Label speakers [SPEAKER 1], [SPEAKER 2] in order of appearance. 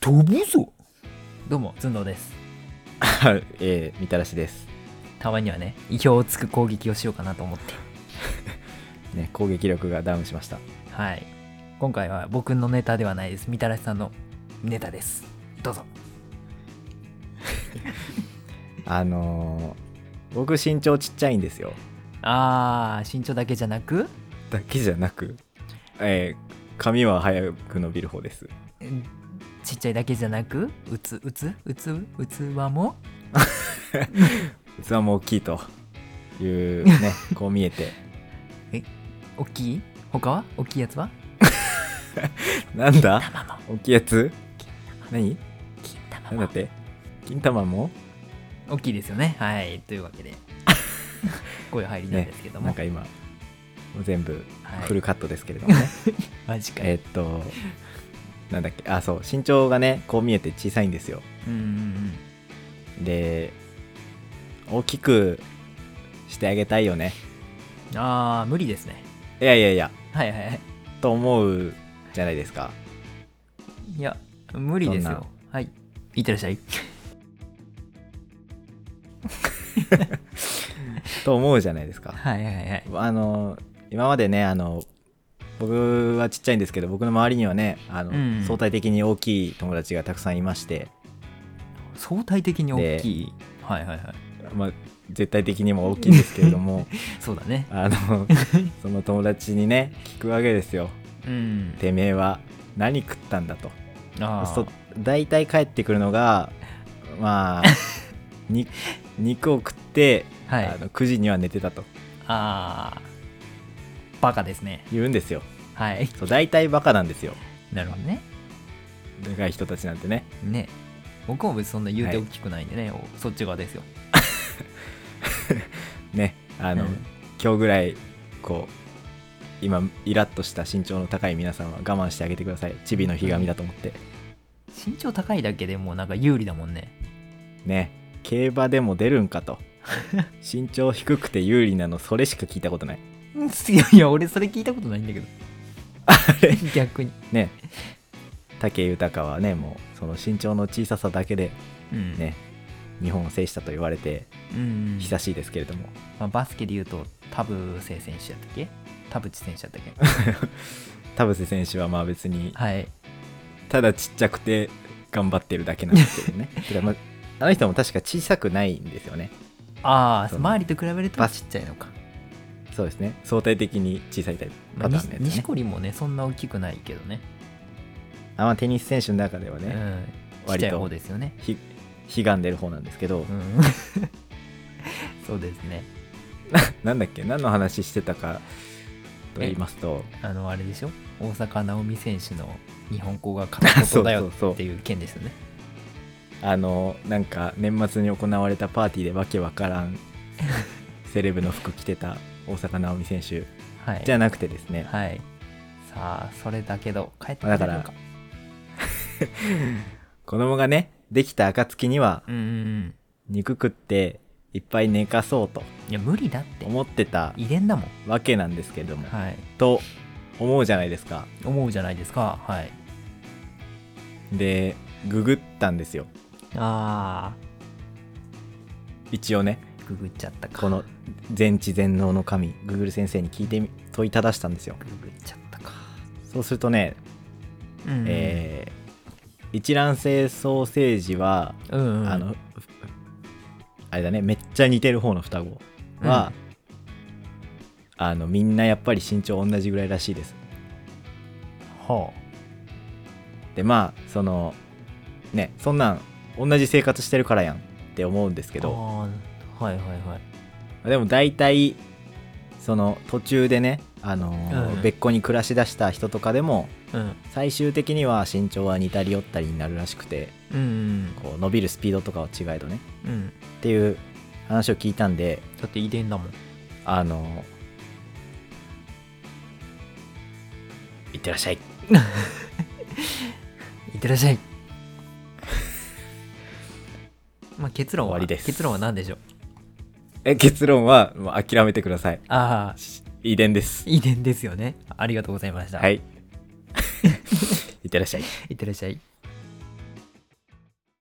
[SPEAKER 1] 飛ぶぞ
[SPEAKER 2] どうも、ずんどうです。
[SPEAKER 3] はい、 えー、みたらしです。
[SPEAKER 2] たまにはね、意表をつく攻撃をしようかなと思って。
[SPEAKER 3] ね、攻撃力がダウンしました。
[SPEAKER 2] はい。今回は僕のネタではないです。みたらしさんのネタです。どうぞ。
[SPEAKER 3] あのー、僕身長ちっちゃいんですよ。
[SPEAKER 2] あー、身長だけじゃなく、
[SPEAKER 3] だけじゃなく、えー、髪は早く伸びる方です。
[SPEAKER 2] うんちっちゃいだけじゃなく、うつ、うつ、うつ、うつわも、
[SPEAKER 3] 器も大きいという ね、こう見えて。
[SPEAKER 2] 大きい他は大きいやつは
[SPEAKER 3] なんだ
[SPEAKER 2] 玉も。
[SPEAKER 3] 大きいやつ何
[SPEAKER 2] 金
[SPEAKER 3] なん
[SPEAKER 2] 玉
[SPEAKER 3] だ
[SPEAKER 2] も
[SPEAKER 3] っ。て金玉も
[SPEAKER 2] 大きいですよね。はい。というわけ で、こういう入りなんですけども。
[SPEAKER 3] なんか今、全部
[SPEAKER 2] はい
[SPEAKER 3] フルカットですけれ どもね。
[SPEAKER 2] マジか
[SPEAKER 3] え
[SPEAKER 2] よ。
[SPEAKER 3] ーっと、なんだっけ、あ、そう、身長がね、こう見えて小さいんですよ。
[SPEAKER 2] うんうんうん。
[SPEAKER 3] で大きくしてあげたいよね
[SPEAKER 2] あー、無理ですね。
[SPEAKER 3] いやいやいや
[SPEAKER 2] はいはいはい。
[SPEAKER 3] と思うじゃないですか
[SPEAKER 2] いや、無理です
[SPEAKER 3] そん
[SPEAKER 2] よ。はい。いってらっしゃい。
[SPEAKER 3] と思うじゃないですか
[SPEAKER 2] はいはいはい。
[SPEAKER 3] あの今までねあの僕はちっちゃいんですけど僕の周りにはねあの、
[SPEAKER 2] うん
[SPEAKER 3] 相対的に大きい友達がたくさんいまして、
[SPEAKER 2] 相対的に大きい。はいはいはい。
[SPEAKER 3] まあ、絶対的にも大きいんですけれ ども
[SPEAKER 2] そうだね。
[SPEAKER 3] あのその友達にね聞くわけですよ
[SPEAKER 2] うん。
[SPEAKER 3] 「てめえは何食ったんだ」と。
[SPEAKER 2] あ
[SPEAKER 3] そ
[SPEAKER 2] ー
[SPEAKER 3] 大体帰ってくるのが まあに肉を食って、
[SPEAKER 2] はい
[SPEAKER 3] あの9時には寝てたと
[SPEAKER 2] あー。バカですね。
[SPEAKER 3] 言うんですよ
[SPEAKER 2] はい。
[SPEAKER 3] そう大体バカなんですよ
[SPEAKER 2] なるほどね。
[SPEAKER 3] でかい人たちなんてね
[SPEAKER 2] ね。僕も別にそんな言うて
[SPEAKER 3] は
[SPEAKER 2] 大
[SPEAKER 3] い
[SPEAKER 2] きくないんでね、おそっち側ですよ。
[SPEAKER 3] ねあの、
[SPEAKER 2] うん
[SPEAKER 3] 今日ぐらいこう今イラッとした身長の高い皆さんは我慢してあげてくださいチビの日神だと思って
[SPEAKER 2] 身長高いだけでもうなんか有利だもんね。
[SPEAKER 3] ね競馬でも出るんかと身長低くて有利なのそれしか聞いたことない
[SPEAKER 2] うんいやいや、俺それ聞いたことないんだけど。
[SPEAKER 3] れ
[SPEAKER 2] 逆に。
[SPEAKER 3] ね武豊はねもうその身長の小ささだけで
[SPEAKER 2] うん。
[SPEAKER 3] ね、日本を制したと言われて
[SPEAKER 2] うん。
[SPEAKER 3] 久しいですけれども、
[SPEAKER 2] まあ、バスケで言うと、田臥選手やったっけ田淵選手やったっけ
[SPEAKER 3] 田臥選手はまあ別に
[SPEAKER 2] はい。
[SPEAKER 3] ただちっちゃくて頑張ってるだけなんで すけどねてかまああの人も確か小さくないんですよね
[SPEAKER 2] ああ
[SPEAKER 3] その
[SPEAKER 2] 周りと比べると
[SPEAKER 3] バ
[SPEAKER 2] ちっちゃいのか、
[SPEAKER 3] そうですね相対的に小さいタイプ
[SPEAKER 2] まあ
[SPEAKER 3] パターンのやつ
[SPEAKER 2] に
[SPEAKER 3] ね
[SPEAKER 2] 錦織もねそんな大きくないけどね
[SPEAKER 3] あまあテニス選手の中ではね、
[SPEAKER 2] うんちっちゃい
[SPEAKER 3] 割と
[SPEAKER 2] 方ですよね
[SPEAKER 3] ひ悲願でる方なんですけど、
[SPEAKER 2] うん そうですね
[SPEAKER 3] なんだっけ何の話してたかと言いますと
[SPEAKER 2] あのあれでしょ大坂なおみ選手の日本語が片言だ
[SPEAKER 3] そ
[SPEAKER 2] よ
[SPEAKER 3] うそうそう
[SPEAKER 2] っていう件ですよね
[SPEAKER 3] あのなんか年末に行われたパーティーでわけわから んセレブの服着てた大坂なおみ選手
[SPEAKER 2] はい
[SPEAKER 3] じゃなくてですね、
[SPEAKER 2] はいさあそれだけど帰って
[SPEAKER 3] まあ
[SPEAKER 2] く
[SPEAKER 3] だか
[SPEAKER 2] れる
[SPEAKER 3] ら
[SPEAKER 2] のか
[SPEAKER 3] 子供がねできた暁には
[SPEAKER 2] うんうんうん
[SPEAKER 3] 肉食っていっぱい寝かそうと
[SPEAKER 2] いや無理だって
[SPEAKER 3] 思ってた
[SPEAKER 2] 遺伝だもん
[SPEAKER 3] わけなんですけども、
[SPEAKER 2] はい
[SPEAKER 3] と思うじゃないですか
[SPEAKER 2] 思うじゃないですかはい
[SPEAKER 3] でググったんですよ
[SPEAKER 2] あ
[SPEAKER 3] 一応ね
[SPEAKER 2] ーググっちゃったか
[SPEAKER 3] この全知全能の神グーグル先生に聞いてみ問いただしたんですよ
[SPEAKER 2] ググっちゃったか
[SPEAKER 3] そうするとね、
[SPEAKER 2] うんうん、
[SPEAKER 3] えー一卵性ソーセージは、
[SPEAKER 2] うんうん、
[SPEAKER 3] あのふあれだねめっちゃ似てる方の双子は、あのみんなやっぱり身長同じぐらいらしいです
[SPEAKER 2] は
[SPEAKER 3] でまあそのねそんなん同じ生活してるからやんって思うんですけ
[SPEAKER 2] あ
[SPEAKER 3] ど
[SPEAKER 2] あーはいはいはい
[SPEAKER 3] でも大体その途中でねあのー、
[SPEAKER 2] うん
[SPEAKER 3] 別個に暮らしだした人とかでも
[SPEAKER 2] うん
[SPEAKER 3] 最終的には身長は似たり寄ったりになるらしくて
[SPEAKER 2] うん
[SPEAKER 3] こう伸びるスピードとかは違えどね
[SPEAKER 2] うんうん
[SPEAKER 3] っていう話を聞いたんで
[SPEAKER 2] だって遺伝だもん
[SPEAKER 3] あのーいってらっしゃい
[SPEAKER 2] いってらっしゃい まあ結論は
[SPEAKER 3] 終わりです
[SPEAKER 2] 結論は何でしょう
[SPEAKER 3] え結論はもう諦めてください
[SPEAKER 2] ああ
[SPEAKER 3] し遺伝です
[SPEAKER 2] 遺伝ですよねありがとうございました
[SPEAKER 3] はいいってらっしゃい
[SPEAKER 2] いってらっしゃい